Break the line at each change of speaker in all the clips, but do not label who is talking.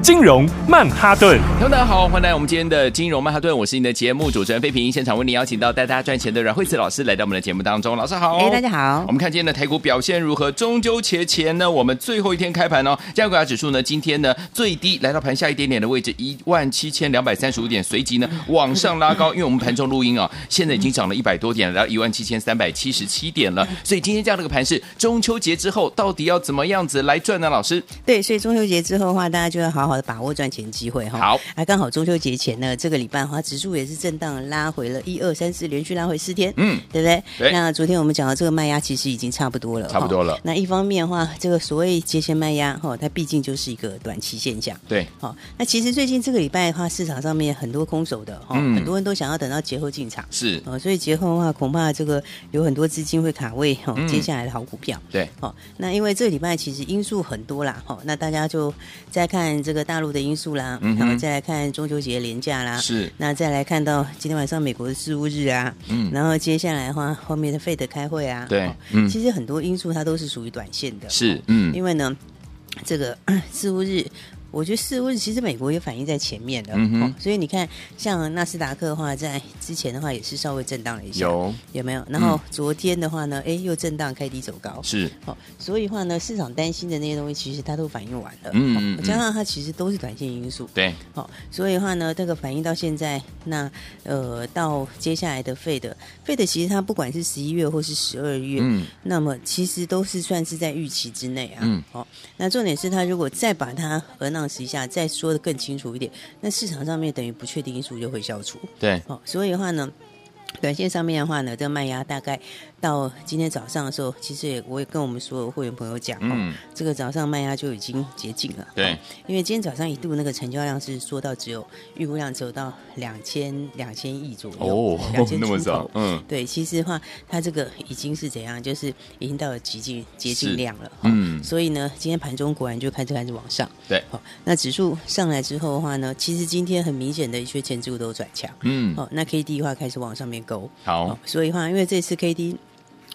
金融曼哈顿。
听众大家好，欢迎来我们今天的金融曼哈顿，我是你的节目主持人费平。现场为你邀请到带大家赚钱的阮慧慈老师来到我们的节目当中，老师好。
哎、大家好
我。们看今天的台股表现如何？中秋节前呢，我们最后一天开盘哦，加权股价指数呢，今天呢最低来到盘下一点点的位置，一万七千两百三十五点，随即呢往上拉高，因为我们盘中录音啊、现在已经涨了一百多点，来到一万七千三百七十七点
嗯
了。所以今天这样的一个盘是中秋节之后到底要怎么样子来赚呢？老师，
对，所以中秋节之后的话，大家就要好好的把握赚钱机会哈。
好，
还刚好中秋节前呢，这个礼拜的话，指数也是震荡拉回了一二三四，连续拉回四天，
嗯，
对不对？
对
那昨天我们讲到这个卖压其实已经差不多了，
差不多了
哈那一方面的话，这个所谓节前卖压哈，它毕竟就是一个短期现象。
对，
好，那其实最近这个礼拜的话，市场上面很多空手的哈，
嗯
很多人都想要等到节后进场。
是，
哦，所以节后的话，恐怕这个有很多资金会卡位
嗯
哦，接下来的好股票。
对，
哦，那因为这礼拜其实因素很多啦，哦，那大家就再看这个大陆的因素啦，
嗯哼
然后再来看中秋节连假啦，
是，
那再来看到今天晚上美国的事务日啊，
嗯
然后接下来的话，后面的费德开会啊，
对
哦
嗯
其实很多因素它都是属于短线的，
是
哦，
嗯，
因为呢，这个 事务日。我觉得事务日其实美国也反映在前面的，
嗯哼
哦所以你看，像纳斯达克的话，在之前的话也是稍微震荡了一下，
嗯有
有没有？然后
嗯
昨天的话呢，哎、又震荡开低走高，
是，
哦，所以话呢，市场担心的那些东西，其实它都反应完了。
嗯
哦
嗯嗯
加上它其实都是短线因素。
对，
好、哦，所以话呢，这个反应到现在，那呃，到接下来的费的费的，其实它不管是十一月或是十二月，
嗯，
那么其实都是算是在预期之内啊。
嗯，
好、那重点是它如果再把它 announce 一下，再说的更清楚一点，那市场上面等于不确定因素就会消除。
对，
哦，所以的话呢，短线上面的话呢，这个卖压大概到今天早上的时候，其实也我也跟我们所有会员朋友讲，
嗯
哦，这个早上卖压就已经接近了，
对
哦因为今天早上一度那个成交量是缩到只有预估量只有到两千两千亿左右，
哦
2000，
那么
出
少
头，
嗯，
对，其实的话，它这个已经是怎样，就是已经到了极近接
是
近量了。哦
嗯
所以呢，今天盘中果然就开始开始往上。
对
好、那指数上来之后的话呢，其实今天很明显的一些前指股都转强。
嗯，
哦，那 K D 的话开始往上面勾。哦
好，
所以的话，因为这次 K D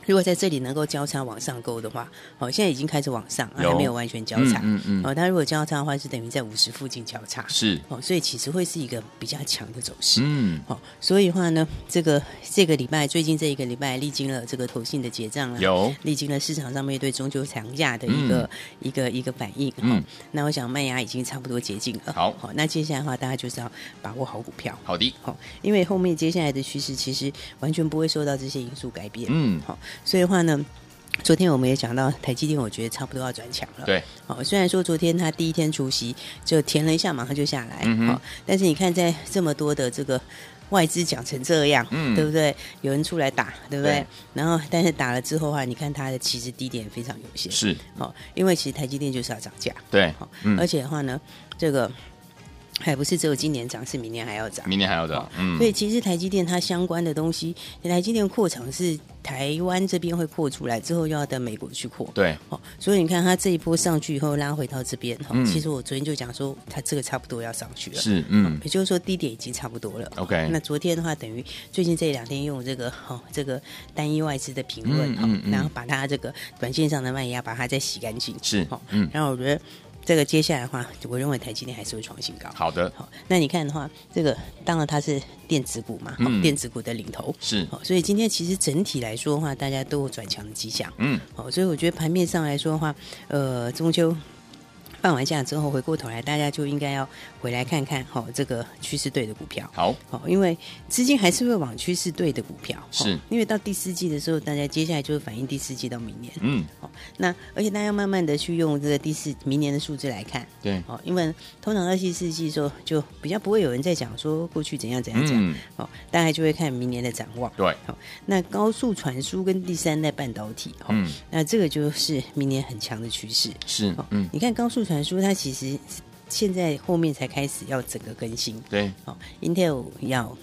如果在这里能够交叉往上勾的话，哦，现在已经开始往上，啊
有
还没有完全交
嗯
叉。
嗯嗯，
哦，它如果交叉的话，是等于在五十附近交叉。
是，
哦，所以其实会是一个比较强的走势。
嗯，
哦，所以的话呢，这个这个礼拜最近这一个礼拜历经了这个投信的结账啊，
有，
历经了市场上面对中秋长假的一个、一个一个反应。嗯、
嗯
那我想麦芽已经差不多接近了。
好
好、那接下来的话，大家就是要把握好股票。
好的，
好、因为后面接下来的趋势其实完全不会受到这些因素改变。
嗯，
好、所以的话呢。昨天我们也讲到台积电，我觉得差不多要转强了。
对，
好、虽然说昨天它第一天除夕就填了一下，马上就下来，好、
嗯哼
但是你看在这么多的这个外资讲成这样，
嗯
对不对？有人出来打，对不对？
对
然后但是打了之后啊，你看它的其实低点非常有限，
是，
好、因为其实台积电就是要涨价，
对
好、，哦而
嗯，
且的话呢，这个还不是只有今年涨，是明年还要涨。
明年还要的，嗯
哦所，以其实台积电它相关的东西，台积电扩厂是台湾这边会扩出来，之后又要等美国去扩。
对，
哦，所以你看它这一波上去以后拉回到这边，哈、
嗯
其实我昨天就讲说它这个差不多要上去了，，
是，嗯
也就是说低点已经差不多了。
，OK，
哦那昨天的话，等于最近这两天用这个哈、哦、这个单一外资的评论
嗯
哈、
嗯嗯
然后把它这个短线上的卖压把它再洗干净，
是
哦，
嗯
然后我觉得这个接下来的话，我认为台积电还是会创新高。
好的，
好，那你看的话，这个当然它是电子股嘛，
嗯
好电子股的领头。
是，
好，所以今天其实整体来说的话，大家都有转强的迹象。
嗯，
好，所以我觉得盘面上来说的话，呃，中秋放完假之后，回过头来，大家就应该要回来看看，好、这个趋势对的股票。
好，
好，因为资金还是会往趋势对的股票，
是
哦因为到第四季的时候，大家接下来就是反映第四季到明年，
嗯，
哦，那而且大家要慢慢的去用这个第四明年的数字来看，
对，
哦，因为通常到第四季的时候，就比较不会有人在讲说过去怎样怎样怎样，
嗯，
哦，大概就会看明年的展望。哦
对，
那高速传输跟第三代半导体，哦，
嗯，
那这个就是明年很强的趋势。
是
哦，，
嗯，
你看高速传输，它其实现在后面才开始要整个更新，
对，
哦，Intel 要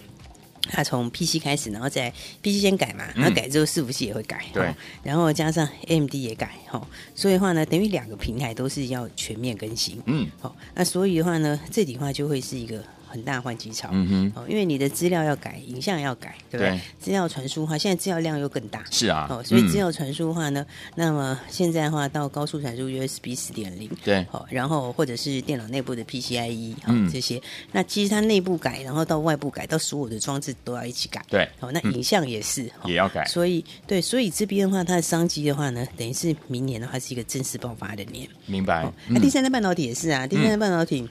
它从 PC 开始，然后再 PC 先改嘛，
嗯
然后改之后伺服器也会改，
对
哦然后加上 AMD 也改，哈，所以的话呢，等于两个平台都是要全面更新，
嗯
好，那所以的话呢，这里的话就会是一个很大的换机潮，
嗯哼，
哦，因为你的资料要改，影像要改，对不对
对？
资料传输的话，现在资料量又更大，
是啊，
哦，所以
嗯
资料传输的话呢，那么现在的话到高速传输 USB 四点零，
对
好，然后或者是电脑内部的 PCIe E 好
嗯
这些，那其实它内部改，然后到外部改，到所有的装置都要一起改，
对
好，那
嗯
影像也是，好
也要改
所以对，所以这边的话，它的商机的话呢，等于是明年的话是一个正式爆发的年，
明白
哦。那、
嗯
第三代半导体也是啊，第三代半导体，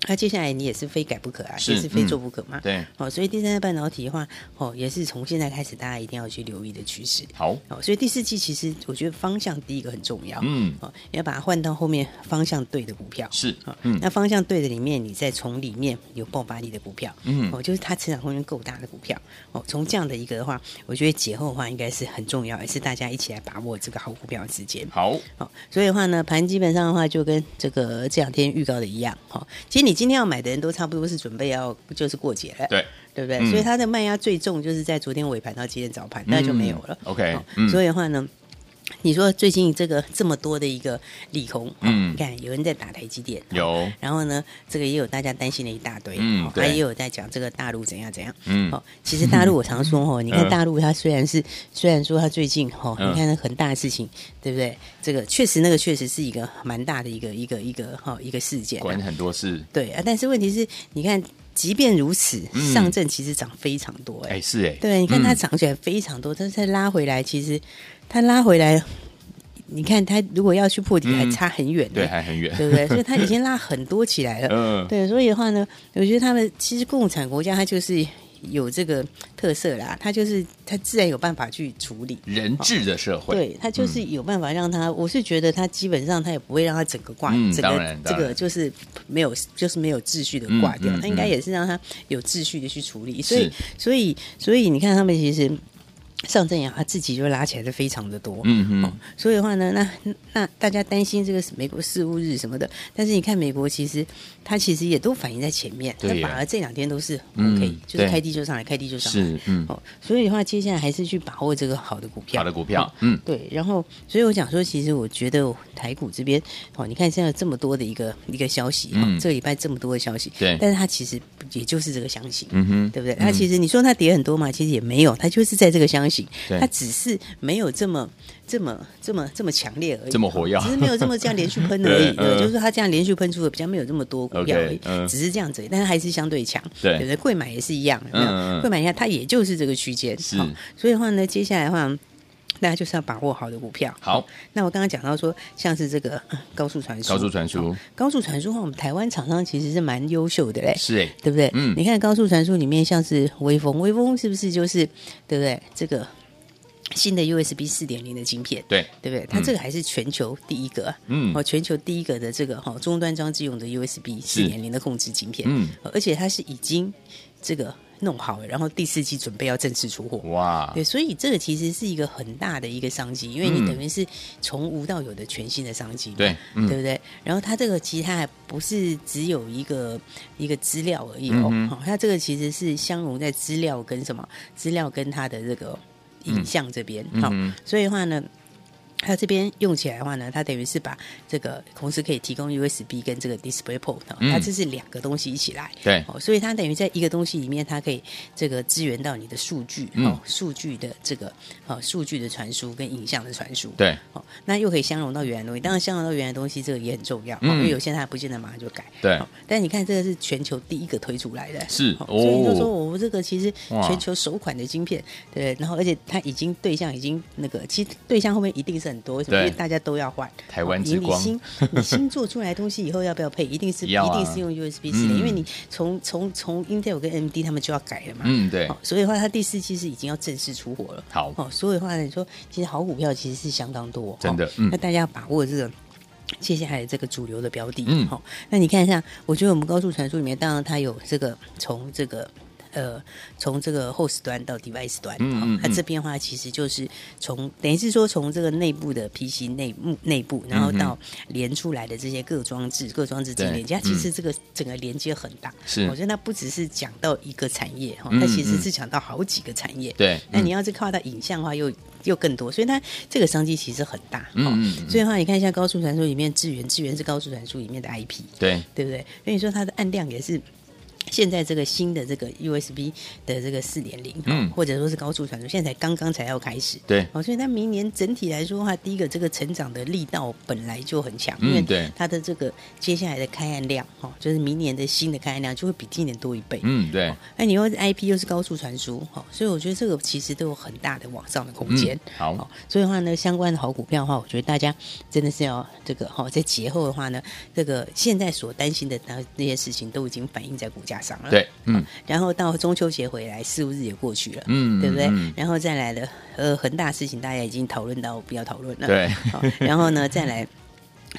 它、接下来你也是非改不可啊，
是嗯
也是非做不可嘛。
对，
哦，所以第三代半导体的话，哦，也是从现在开始大家一定要去留意的趋势。
好，
哦，所以第四季其实我觉得方向第一个很重要，
嗯
哦，你要把它换到后面方向对的股票。
是
哦，
嗯
那方向对的里面，你再从里面有爆发力的股票，
嗯
哦，就是它成长空间够大的股票，哦，从这样的一个的话，我觉得节后的话应该是很重要，也是大家一起来把握这个好股票的时间。
好，
好、所以的话呢，盘基本上的话就跟这个这两天预告的一样，好、其实你今天要买的人都差不多是准备要就是过节了，
对，
对不对？
嗯
所以它的卖压最重就是在昨天尾盘到今天早盘，那就没有了。
OK，
好
嗯
所以的话呢。你说最近这个这么多的一个利空，
嗯
嗯，你看有人在打台积电，
有，
然后呢，这个也有大家担心的一大堆，
嗯
哦
对
还也有在讲这个大陆怎样怎样。
嗯
哦，其实大陆我常说哦，你看
嗯
大陆它虽然是虽然说它最近哦，
嗯
你看那很大的事情，对不对？这个确实那个确实是一个蛮大的一个一个一个哈一个事件啊，
管很多事，
对啊。但是问题是，你看即便如此，
嗯
上证其实涨非常多哎、
哎，是哎，
对，你看它
嗯
涨起来非常多，但是它拉回来，其实它拉回来，你看它如果要去破底还
嗯
差很远呢、
对还很远，
对不对？所以它已经拉很多起来了。
嗯，
对，所以的话呢，我觉得他们其实共产国家它就是有这个特色啦，它就是它自然有办法去处理。
人治的社会，
对，它就是有办法让它，我是觉得它基本上它也不会让它整个挂，
嗯
整
当
个
然
这
当然
个就是没有，就是没有秩序的挂掉
嗯嗯。
它应该
嗯
也是让它有秩序的去处理。所以
是，
所以，所以你看他们其实上证也好，它自己就拉起来的非常的多。
嗯嗯，
所以的话呢，那那大家担心这个美国事务日什么的，但是你看美国其实它其实也都反映在前面，
对
那
耶
反而这两天都是 OK，、
嗯
就是
对
开低就上来，开低就上来。
是嗯
哦，所以的话，接下来还是去把握这个好的股票。
好的股票
哦，
嗯
对，然后，所以我讲说，其实我觉得台股这边，哦，你看现在有这么多的一个一个消息，
嗯
哦、这个礼拜这么多的消息，
对
但是它其实也就是这个箱型，
嗯哼，
对不对？它其实你说它跌很多嘛，其实也没有，它就是在这个箱型，
对
它只是没有这么这么这么这么强烈而已，啊
这么活跃啊
只是没有这么这样连续喷而已。
对嗯
对，就是说它这样连续喷出的比较没有这么多股票而已
OK，嗯，
只是这样子而已，但是还是相对强，
对
对不对？贵买也是一样，有
嗯
没
嗯嗯
有贵买一下，它也就是这个区间，
是
好所以的话呢，接下来的话。大家就是要把握好的股票。
好
那我刚刚讲到说，像是这个嗯高速传输，
高速传输
好高速传输的话，我们台湾厂商其实是蛮优秀的嘞。
是哎，
对不对？
嗯
你看高速传输里面像是微风，微风是不是就是对不对？这个新的 USB 四点零的晶片，
对，
对不对？它这个还是全球第一个啊，
嗯
哦，全球第一个的这个哈、哦、终端装置用的 USB 四点零的控制晶片，
嗯
哦，而且它是已经这个弄好了，然后第四季准备要正式出货。
哇，
对，所以这个其实是一个很大的一个商机，因为
嗯
你等于是从无到有的全新的商机嘛，
对嗯
对不对？然后它这个其实它还不是只有一个一个资料而已
嗯
哦，
哼
好它这个其实是相融在资料跟什么资料跟它的这个影像这边，好、
嗯哼
所以的话呢。它这边用起来的话呢，它等于是把这个同时可以提供 USB 跟这个 DisplayPort，、哦
嗯
它这是两个东西一起来，
对
哦，所以它等于在一个东西里面，它可以这个支援到你的数据，
嗯
哦，数据的这个哦，数据的传输跟影像的传输，
对，
哦，那又可以相容到原来的东西，当然相容到原来的东西这个也很重要，哦
嗯
因为有些它不见得马上就改，
对
哦但你看这个是全球第一个推出来的，
是
哦所以就说
哦
我这个其实
哇
全球首款的晶片，对，然后而且它已经对象已经那个，其实对象后面一定是很多，为什么？因
对
为大家都要换，
台湾
哦
之光
你你新你新做出来的东西以后要不要配？一定是、
要
一
啊
定是用 USB
嗯
四、因为你从从从 Intel 跟 AMD 他们就要改了嘛，
嗯对
哦，所以的话它第四期是已经要正式出货了，
好
哦，所以的话呢，你说其实好股票其实是相当多，
真的
哦
嗯
那大家要把握这个。接下来这个主流的标的，
嗯
好、那你看一下，我觉得我们高速传输里面，当然它有这个从这个呃从这个 host 端到 device 端，
嗯嗯
好它
嗯
这边的话其实就是从等于是说从这个内部的 PC 内幕内部，然后到连出来的这些各装置各装置之间
嗯对嗯
连接，它其实这个整个连接很大，
是
我觉得它不只是讲到一个产业哈，
嗯
它其实
嗯
是讲到好几个产业，
对
那你
嗯
要是靠到影像的话又。又更多，所以它这个商机其实很大。
嗯
哦
嗯嗯
所以的话，你看一下高速传输里面智源，智源是高速传输里面的 IP。
对，
对不对？所以你说它的按量也是。现在这个新的这个 USB 的这个四点零，哦
嗯
或者说是高速传输，现在才刚刚才要开始，
对
哦，所以它明年整体来说的话，第一个这个成长的力道本来就很强，
嗯
因为
对
它的这个接下来的开案量，哦，就是明年的新的开案量就会比今年多一倍，
嗯对，
那你又是 IP 又是高速传输，哈、所以我觉得这个其实都有很大的往上的空间。
嗯好
哦所以的话呢，相关的好股票的话，我觉得大家真的是要这个哈、哦，在节后的话呢，这个现在所担心的那那些事情都已经反映在股价上了。
对，嗯
然后到中秋节回来，四五日也过去了，
嗯
对不对？
嗯
然后再来的呃，恒大事情大家已经讨论到不要讨论了，
对
好然后呢，再来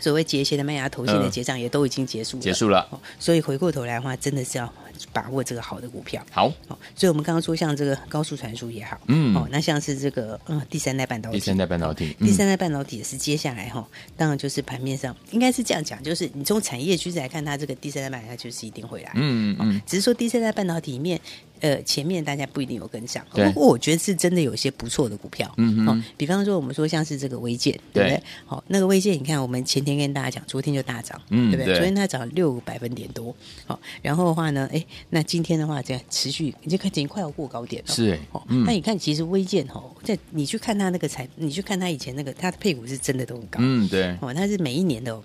所谓节前的麦芽投信的结账也都已经结束了，
嗯结束了
哦所以回过头来的话，真的是要把握这个好的股票。
好，
哦，所以我们刚刚说像这个高速传输也好，
嗯
哦，那像是这个嗯第三代半导体，
第三代半导体，嗯
第三代半导体也是接下来哈、当然就是盘面上应该是这样讲，就是你从产业趋势来看，它这个第三代半导体它就是一定会来，
嗯嗯嗯，
只是说第三代半导体里面，呃，前面大家不一定有跟上，
对
不过我觉得是真的有一些不错的股票，
嗯哼
哦，比方说我们说像是这个微建，对不
对
对？好、那个微建，你看我们前天跟大家讲，昨天就大涨，
嗯
对不对？
对
昨天它涨六个百分点多，好、然后的话呢，哎，那今天的话，这样持续已经看已经快要过高点了，
是哎
哦，
嗯
那你看其实微建哦，在你去看它那个财，你去看它以前那个它的配股是真的都很高，
嗯对，
哦，它是每一年的、哦。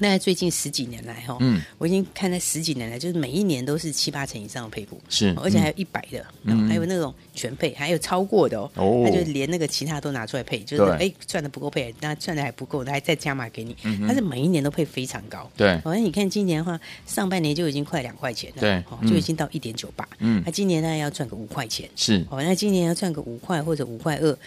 那最近十几年来哈、哦，
嗯
我已经看了十几年来，就是每一年都是七八成以上的配股，
是
哦而且还有一百的，嗯、还有那种全配，还有超过的哦，
哦
那就连那个其他都拿出来配，就是
对
哎赚的不够配，那赚的还不够，那还再加码给你，它是每一年都配非常高，
嗯对
好、像你看今年的话，上半年就已经快两块钱了，
对
哦、
嗯
就已经到一点九八，
嗯
那今年大概要赚个五块钱，
是，
哦，那今年要赚个五块或者五块二，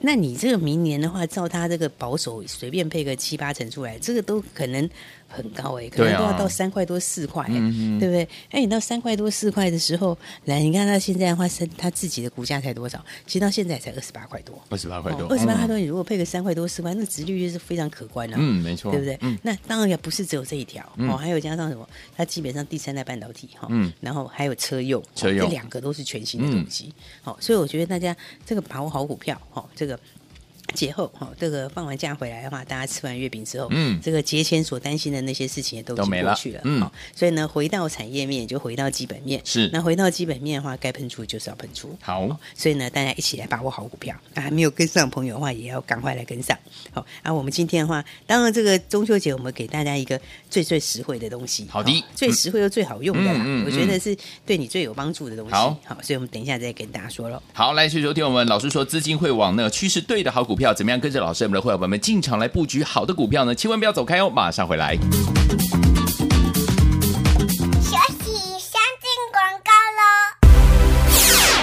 那你这个明年的话，照他这个保守，随便配个七八成出来，这个都可能很高哎、可能
对啊
都要到三块多四块、欸，
嗯嗯
对不对？哎，你到三块多四块的时候，来，你看他现在的话，三他自己的股价才多少？其实到现在才二十八块多，哦
二十八块多，
二十八块
嗯，
多，你如果配个三块多四块，那殖利率是非常可观的、
嗯没错，
对不对？
嗯
那当然也不是只有这一条、
嗯
哦，还有加上什么？它基本上第三代半导体哈，
嗯
然后还有车用，哦
车用嗯
这两个都是全新的东西。好、所以我觉得大家这个把握好股票，哈、这个。节后哈、这个放完假回来的话，大家吃完月饼之后，
嗯
这个节前所担心的那些事情也都已
都
经
没
过
了
去了，
嗯
好所以呢，回到产业面也就回到基本面，
是
那回到基本面的话，该喷出就是要喷出，
好，
所以呢，大家一起来把握好股票啊！还没有跟上的朋友的话，也要赶快来跟上。好啊，我们今天的话，当然这个中秋节我们给大家一个最最实惠的东西，
好的
哦最实惠又最好用的啦，
嗯嗯嗯
我觉得是对你最有帮助的东西。
好
所以我们等一下再跟大家说喽。
好，来去收听我们老师说，资金会往那个趋势对的好股票，怎么样跟着老师我们的会员们进场来布局好的股票呢？千万不要走开哦，马上回来。
学习先进广告喽。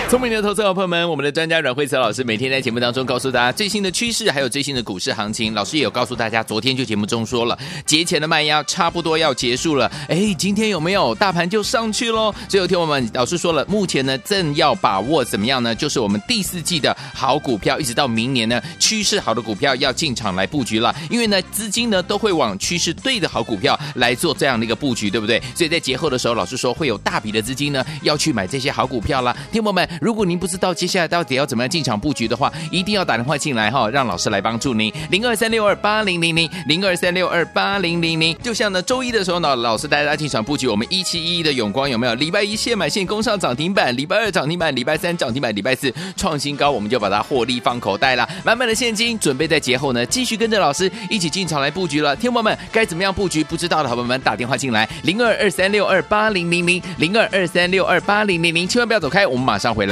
聪明的投资者朋友们，我们的专家阮慧慈老师每天在节目当中告诉大家最新的趋势，还有最新的股市行情。老师也有告诉大家，昨天就节目中说了，节前的卖压差不多要结束了。哎，今天有没有大盘就上去喽？所以有天我们老师说了，目前呢正要把握怎么样呢？就是我们第四季的好股票，一直到明年呢趋势好的股票要进场来布局了，因为呢资金呢都会往趋势对的好股票来做这样的一个布局，对不对？所以在节后的时候，老师说会有大笔的资金呢要去买这些好股票啦。听众朋友们，如果您不知道接下来到底要怎么样进场布局的话，一定要打电话进来哈、让老师来帮助您。零二三六二八零零零零二三六二八零零零。就像呢周一的时候呢，老师带大家进场布局我们一七一一的永光有没有？礼拜一现买现攻上涨停板，礼拜二涨停板，礼拜三涨停板，礼拜四创新高，我们就把它获利放口袋啦。满满的现金，准备在节后呢继续跟着老师一起进场来布局了。听众朋友们，该怎么样布局？不知道的好朋友们打电话进来，零二二三六二八零零零零二二三六二八零零零，千万不要走开，我们马上回来。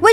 为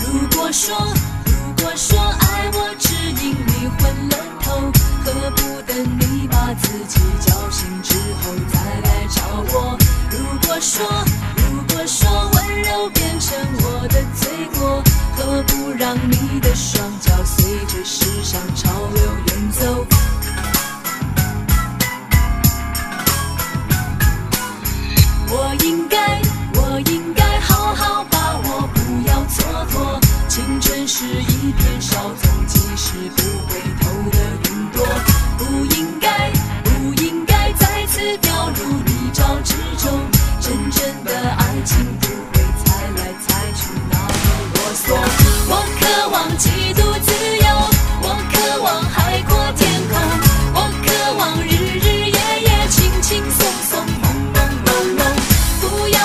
如果说，如果说爱我只因你昏了头，何不等你把自己叫醒之后再来找我？如果说，如果说温柔变成我的罪过，何不让你的双脚随着时尚潮流远走？我应该，我应该好好把握，不要蹉跎。青春是一片稍纵即逝、不回头的云朵，不应该，不应该再次掉入泥沼之中。真正的爱情不会猜来猜去那么啰嗦。我渴望极度自由，我渴望海阔天空，我渴望日日夜夜、轻轻松松、朦朦胧胧。不要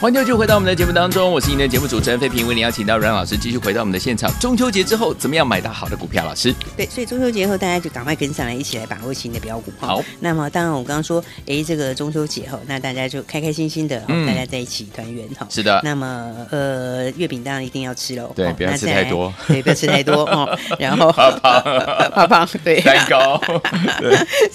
欢迎继续回到我们的节目当中，我是您的节目主持人费平，为您邀请到阮老师继续回到我们的现场。中秋节之后，怎么样买到好的股票？老师，
对，所以中秋节后大家就赶快跟上来，一起来把握新的标股哈
好
那么当然我刚刚说，哎，这个中秋节后，那大家就开开心心的，
嗯
哦大家在一起团圆哈。
是的
那么呃，月饼当然一定要吃喽，
啊对
哦
不要
那
吃
再
太
来
多
对，不要吃太多 哦。然后
怕胖
怕胖，对，
蛋糕，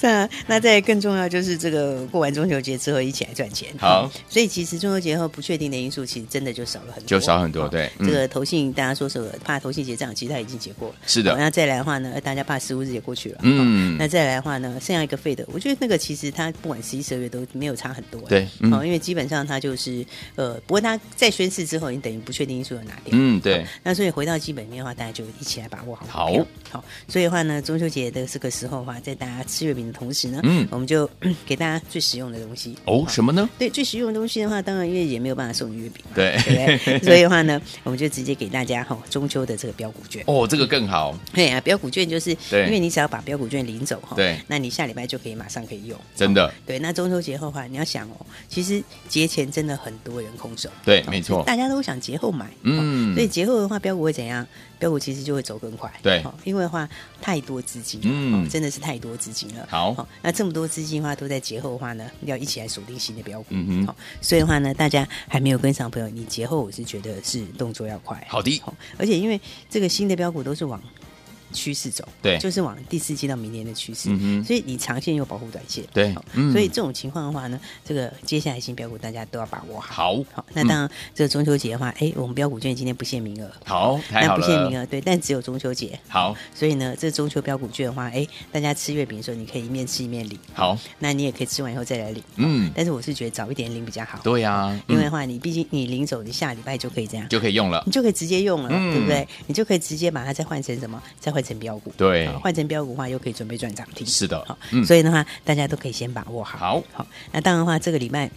那那再更重要就是这个过完中秋节之后一起来赚钱。
好
哦所以其实中秋节后不确定的因素其实真的就少了很多，
就少很多
哦
对嗯
这个投信大家说什么怕投信结账，其实它已经结过了。
是的
哦那再来的话呢，呃大家怕十五日也过去了。
嗯
哦那再来的话呢，剩下一个费的，我觉得那个其实它不管十一、十二月都没有差很多。
对嗯
哦，因为基本上它就是呃，不过它在宣誓之后，你等于不确定因素有拿掉。
嗯，对，
那所以回到基本面的话，大家就一起来把握好
好
股票。好，所以的话呢，中秋节的这个时候的话，在大家吃月饼的同时呢，
嗯
我们就 给大家最实用的东西。
哦，
好
什么呢？
对，最实用的东西的话，当然因为也没有办法送你月饼嘛，
对
对不对所以的话呢，我们就直接给大家哈、中秋的这个标股券。
哦，这个更好，
对啊，标股券就是，
对
因为你只要把标股券领走哈，
对
那你下礼拜就可以马上可以用。
真的，
对，那中秋节后的话，你要想哦，其实节前真的很多人空手，
对，没错，
大家都想节后买，
嗯
嗯，所以节后的话，标股会怎样？标股其实就会走更快，
对
哦因为的话太多资金了，
嗯
嗯、真的是太多资金了，
好
哦，那这么多资金的话，都在节后的话呢，要一起来锁定新的标股，
嗯哼
哦，所以的话呢，大家还没有跟上的朋友，你节后我是觉得是动作要快，
好的
哦，而且因为这个新的标股都是往。趋势走，
对
就是往第四季到明年的趋势，
嗯哼
所以你长线又保护短线，
对
哦
嗯
所以这种情况的话呢，这个接下来新标股大家都要把握好。
好，嗯
好，那当然，这个中秋节的话，哎、我们标股券今天不限名额，
好，太
那
好
不限名
了，
额，对，但只有中秋节。
好，
所以呢，这中秋标股券的话，哎、大家吃月饼的时候，你可以一面吃一面领，
好，
那你也可以吃完以后再来领。
嗯，
但是我是觉得早一点领比较好，
对呀，
因为的
嗯
话，你毕竟你领走，你下礼拜就可以这样，
就可以用了，
你就可以直接用了，
嗯
对不对？你就可以直接把它再换成什么？再换成标股，
对
好换成标股的话，又可以准备赚涨停。
是的
好，，
嗯，
所以的话，大家都可以先把握好。
好，
好，那当然的话，这个礼拜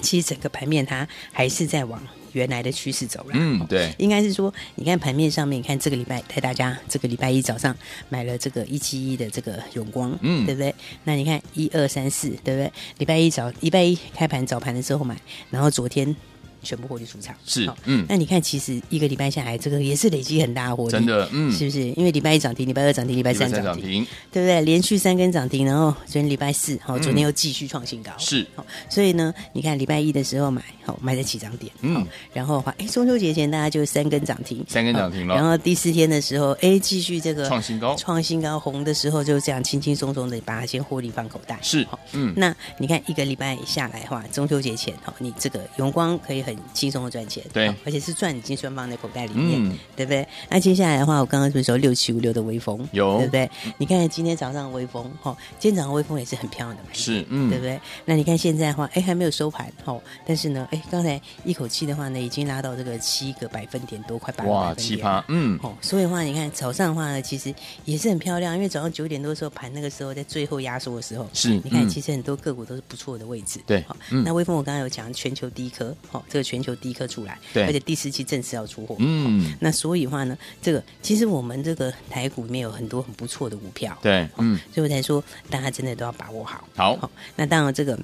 其实整个盘面它还是在往原来的趋势走了。
嗯
哦
对
应该是说，你看盘面上面，你看这个礼拜带大家这个礼拜一早上买了这个一七一的这个永光，
嗯
对不对？那你看一二三四，对不对？礼拜一早，礼拜一开盘早盘的时候买，然后昨天。全部获利出场
是
好
嗯
那你看，其实一个礼拜下来，这个也是累积很大的获利，
真的嗯
是不是？因为礼拜一涨停，礼拜二涨停，礼拜
礼拜
三
三
涨
涨
停，
停，
对不对？连续三根涨停，然后昨天礼拜四，好、昨天又继续创新高，
嗯是
好、所以呢，你看礼拜一的时候买，好、买在起涨点，
嗯
好然后的话，哎，中秋节前大家就三根涨停，
三根涨停了
好然后第四天的时候，哎，继续这个
创新高
创新高红的时候，就这样轻轻松松的把它先获利放口袋，
是
好，
嗯，
那你看一个礼拜下来的话，中秋节前哈，你这个永光可以很轻松的赚钱，
对
好而且是赚已经算放在口袋里面，
嗯
对不对？那接下来的话，我刚刚是不是说六七五六的微风
有
对不对？你看今天早上的微风哈，哦今天早上的微风也是很漂亮的买点，
是嗯
对不对？那你看现在的话，哎，还没有收盘哦，但是呢，哎，刚才一口气的话呢，已经拉到这个七个百分点多，快八个百
哇，
分
奇
点。
葩，嗯，
哦，所以的话，你看早上的话呢，其实也是很漂亮，因为早上九点多的时候盘那个时候，在最后压缩的时候，
是
你看
嗯
其实很多个股都是不错的位置。
对
好
嗯
那微风我刚刚有讲全球第一颗，哦，这个全球第一颗出来，
对
而且第四期正式要出货，
嗯，
那所以的话呢，这个其实我们这个台股里面有很多很不错的股票，
对，嗯，
所以我才说大家真的都要把握好。
好，
好，那当然这个。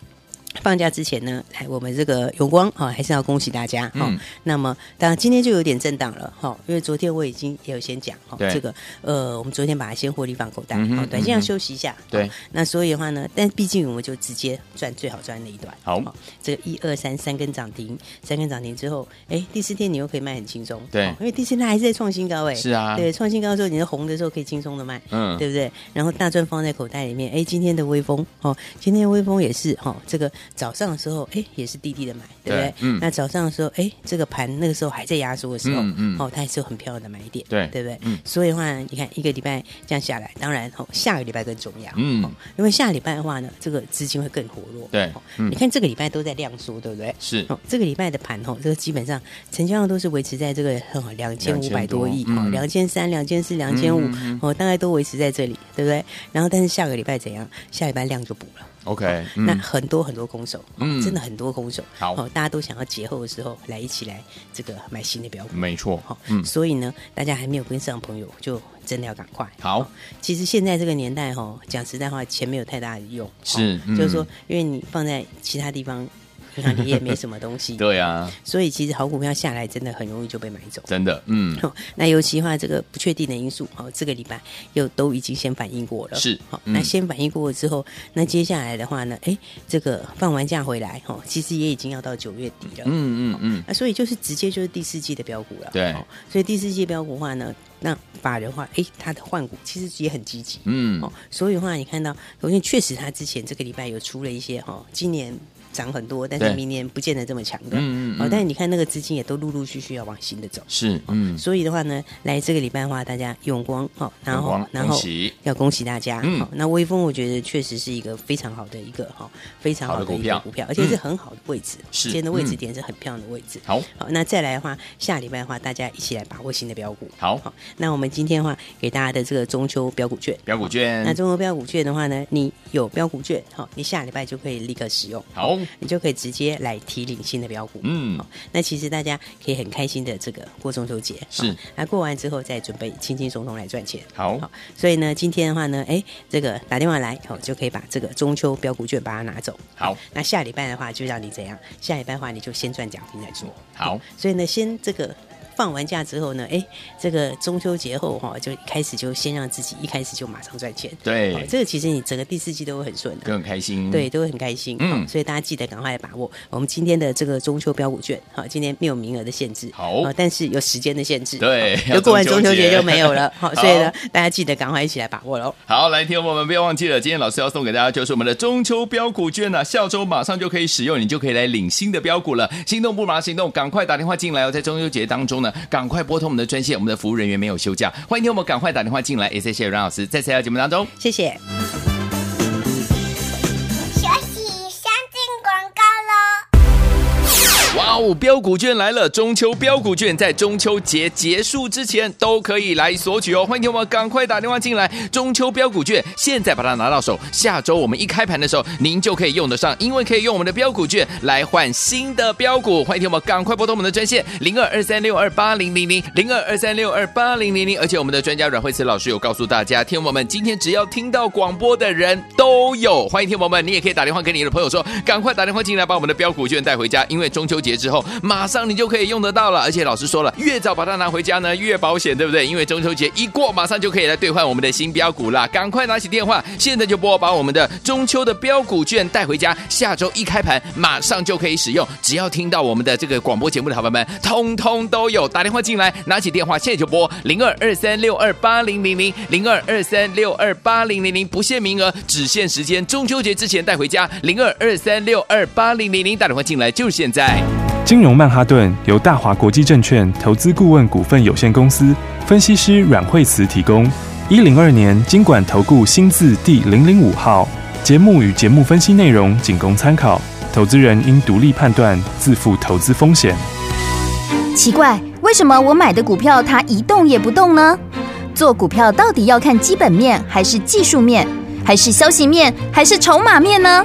放假之前呢，来我们这个永光啊、哦，还是要恭喜大家哈、哦
嗯
那么当然今天就有点震荡了哈、哦，因为昨天我已经也有先讲哈、
对
这个呃，我们昨天把它先获利放口袋，
嗯哼
哦，短线
嗯
要
哼
休息一下。
对
哦那所以的话呢，但毕竟我们就直接赚最好赚那一段。
好
哦这个一二三三根涨停，三根涨停之后，哎，第四天你又可以卖很轻松，哦
对
因为第四天它还是在创新高哎，
是啊
对，创新高之后你是红的时候可以轻松的卖，
嗯
对不对？然后大赚放在口袋里面，哎，今天的微风哦，今天的微风也是哦，这个早上的时候，哎，也是低低的买，对不对
对？嗯
那早上的时候，哎，这个盘那个时候还在压缩的时候，
嗯嗯
哦，它也是有很漂亮的买点，
对
对不对？
嗯
所以的话，你看一个礼拜这样下来，当然哦，下个礼拜更重要，
嗯
哦因为下礼拜的话呢，这个资金会更活络，
对
哦
嗯
你看这个礼拜都在量缩，对不对？
是
哦，这个礼拜的盘哦，这个基本上成交量都是维持在这个哦两千五百多亿
嗯
哦，两千三、两千四、两千五哦，大概都维持在这里，对不对？然后但是下个礼拜怎样？下礼拜量就补了。
，OK，
那
嗯，
很多很多空手，
嗯
哦真的很多空手，
好
哦，大家都想要节后的时候来一起来这个买新的标股，
没错
好，，
嗯，
所以呢，大家还没有跟上的朋友，就真的要赶快。哦
好，
其实现在这个年代哦哈，讲实在话，钱没有太大的用，
是
哦
嗯
就是说，因为你放在其他地方。那你也没什么 东西。
对啊，
所以其实好股票下来真的很容易就被买走。
真的，嗯，
哦那尤其的话，这个不确定的因素，哦，这个礼拜又都已经先反应过了，
是
好、
嗯
那先反应过了之后，那接下来的话呢，哎，这个放完假回来，哦，其实也已经要到九月底了，
嗯嗯嗯，
啊，所以就是直接就是第四季的标股了，
对
哦所以第四季标股的话呢，那法人的话，哎，它的换股其实也很积极，
嗯
哦，，所以的话，你看到，首先确实它之前这个礼拜有出了一些哈、哦，今年涨很多，但
对
是明年不见得这么强的，
嗯嗯嗯
哦，但是你看那个资金也都陆陆续续要往新的走。
是，嗯，
所以的话呢，来这个礼拜的话，大家用光哦，然
永
后
光
然
恭
后
喜
要恭喜大家。
嗯
好，那微风我觉得确实是一个非常好的一个哈，非常
好
好
的
的
股
一
票嗯
个股票，而且是很好的位置，
是
今天的位置
嗯
点是很漂亮的位置。
好，
好，那再来的话，下礼拜的话，大家一起来把握新的标股。哦
好
那我们今天的话给大家的这个中秋标股券，
标股
那
券，
中国标股券的话呢，你有标股券，好，你下礼拜就可以立刻使用，
好
你就可以直接来提领新的标股。
嗯
好，那其实大家可以很开心的这个过中秋节，
是
好，那过完之后再准备轻轻松松来赚钱。
好，
所以呢，今天的话呢，哎，这个打电话来，好，就可以把这个中秋标股券把它拿走。
好，
那下礼拜的话就让你怎样？下礼拜的话你就先赚奖金再说。
好，
所以呢，先这个放完假之后呢，哎，这个中秋节后哈、就开始就先让自己一开始就马上赚钱。哦
对，
这个其实你整个第四季都会很顺的。
更开心，
对，，都会很开心，
嗯
嗯，所以大家记得赶快来把握我们今天的这个中秋标股券，好，今天没有名额的限制，
好
哦但是有时间的限制，
对
好
要
就过完中
中
秋
秋节
节就没有了，好，
好
所以呢，大家记得赶快一起来把握喽。
好，来，听众朋友们，不要忘记了，今天老师要送给大家就是我们的中秋标股券呐、下周马上就可以使用，你就可以来领新的标股了。心动不马上行动，赶快打电话进来哦！在中秋节当中呢，赶快拨通我们的专线，我们的服务人员没有休假，欢迎听我们赶快打电话进来。也谢谢阮老师，在这条节目当中。
谢谢。
学习先进广告喽。
哇哦，标股券来了！中秋标股券在中秋节结束之前都可以来索取哦。欢迎听我们赶快打电话进来，中秋标股券现在把它拿到手，下周我们一开盘的时候您就可以用得上，因为可以用我们的标股券来换新的标股。欢迎听我们赶快拨通我们的专线零二二三六二八零零零零二二三六二八零零零，而且我们的专家阮慧慈老师有告诉大家，听我们今天只要听到广播的人都有，欢迎听我们，你也可以打电话给你的朋友说，赶快打电话进来把我们的标股券带回家，因为中秋节之后马上你就可以用得到了。而且老师说了，越早把它拿回家呢，越保险，对不对？因为中秋节一过，马上就可以来兑换我们的新标股啦。赶快拿起电话，现在就拨把我们的中秋的标股券带回家，下周一开盘马上就可以使用。只要听到我们的这个广播节目的好朋友们，通通都有打电话进来，拿起电话现在就拨零二二三六二八零零零零二二三六二八零零零，不限名额，只限时间，中秋节之前带回家零二二三六二八零零零，打电话进来就是现在。
金融曼哈顿由大华国际证券投资顾问股份有限公司分析师阮惠慈提供。一零二年经管投顾新字第零零五号。节目与节目分析内容仅供参考，投资人应独立判断，自负投资风险。
奇怪，为什么我买的股票它一动也不动呢？做股票到底要看基本面，还是技术面，还是消息面，还是筹码面呢？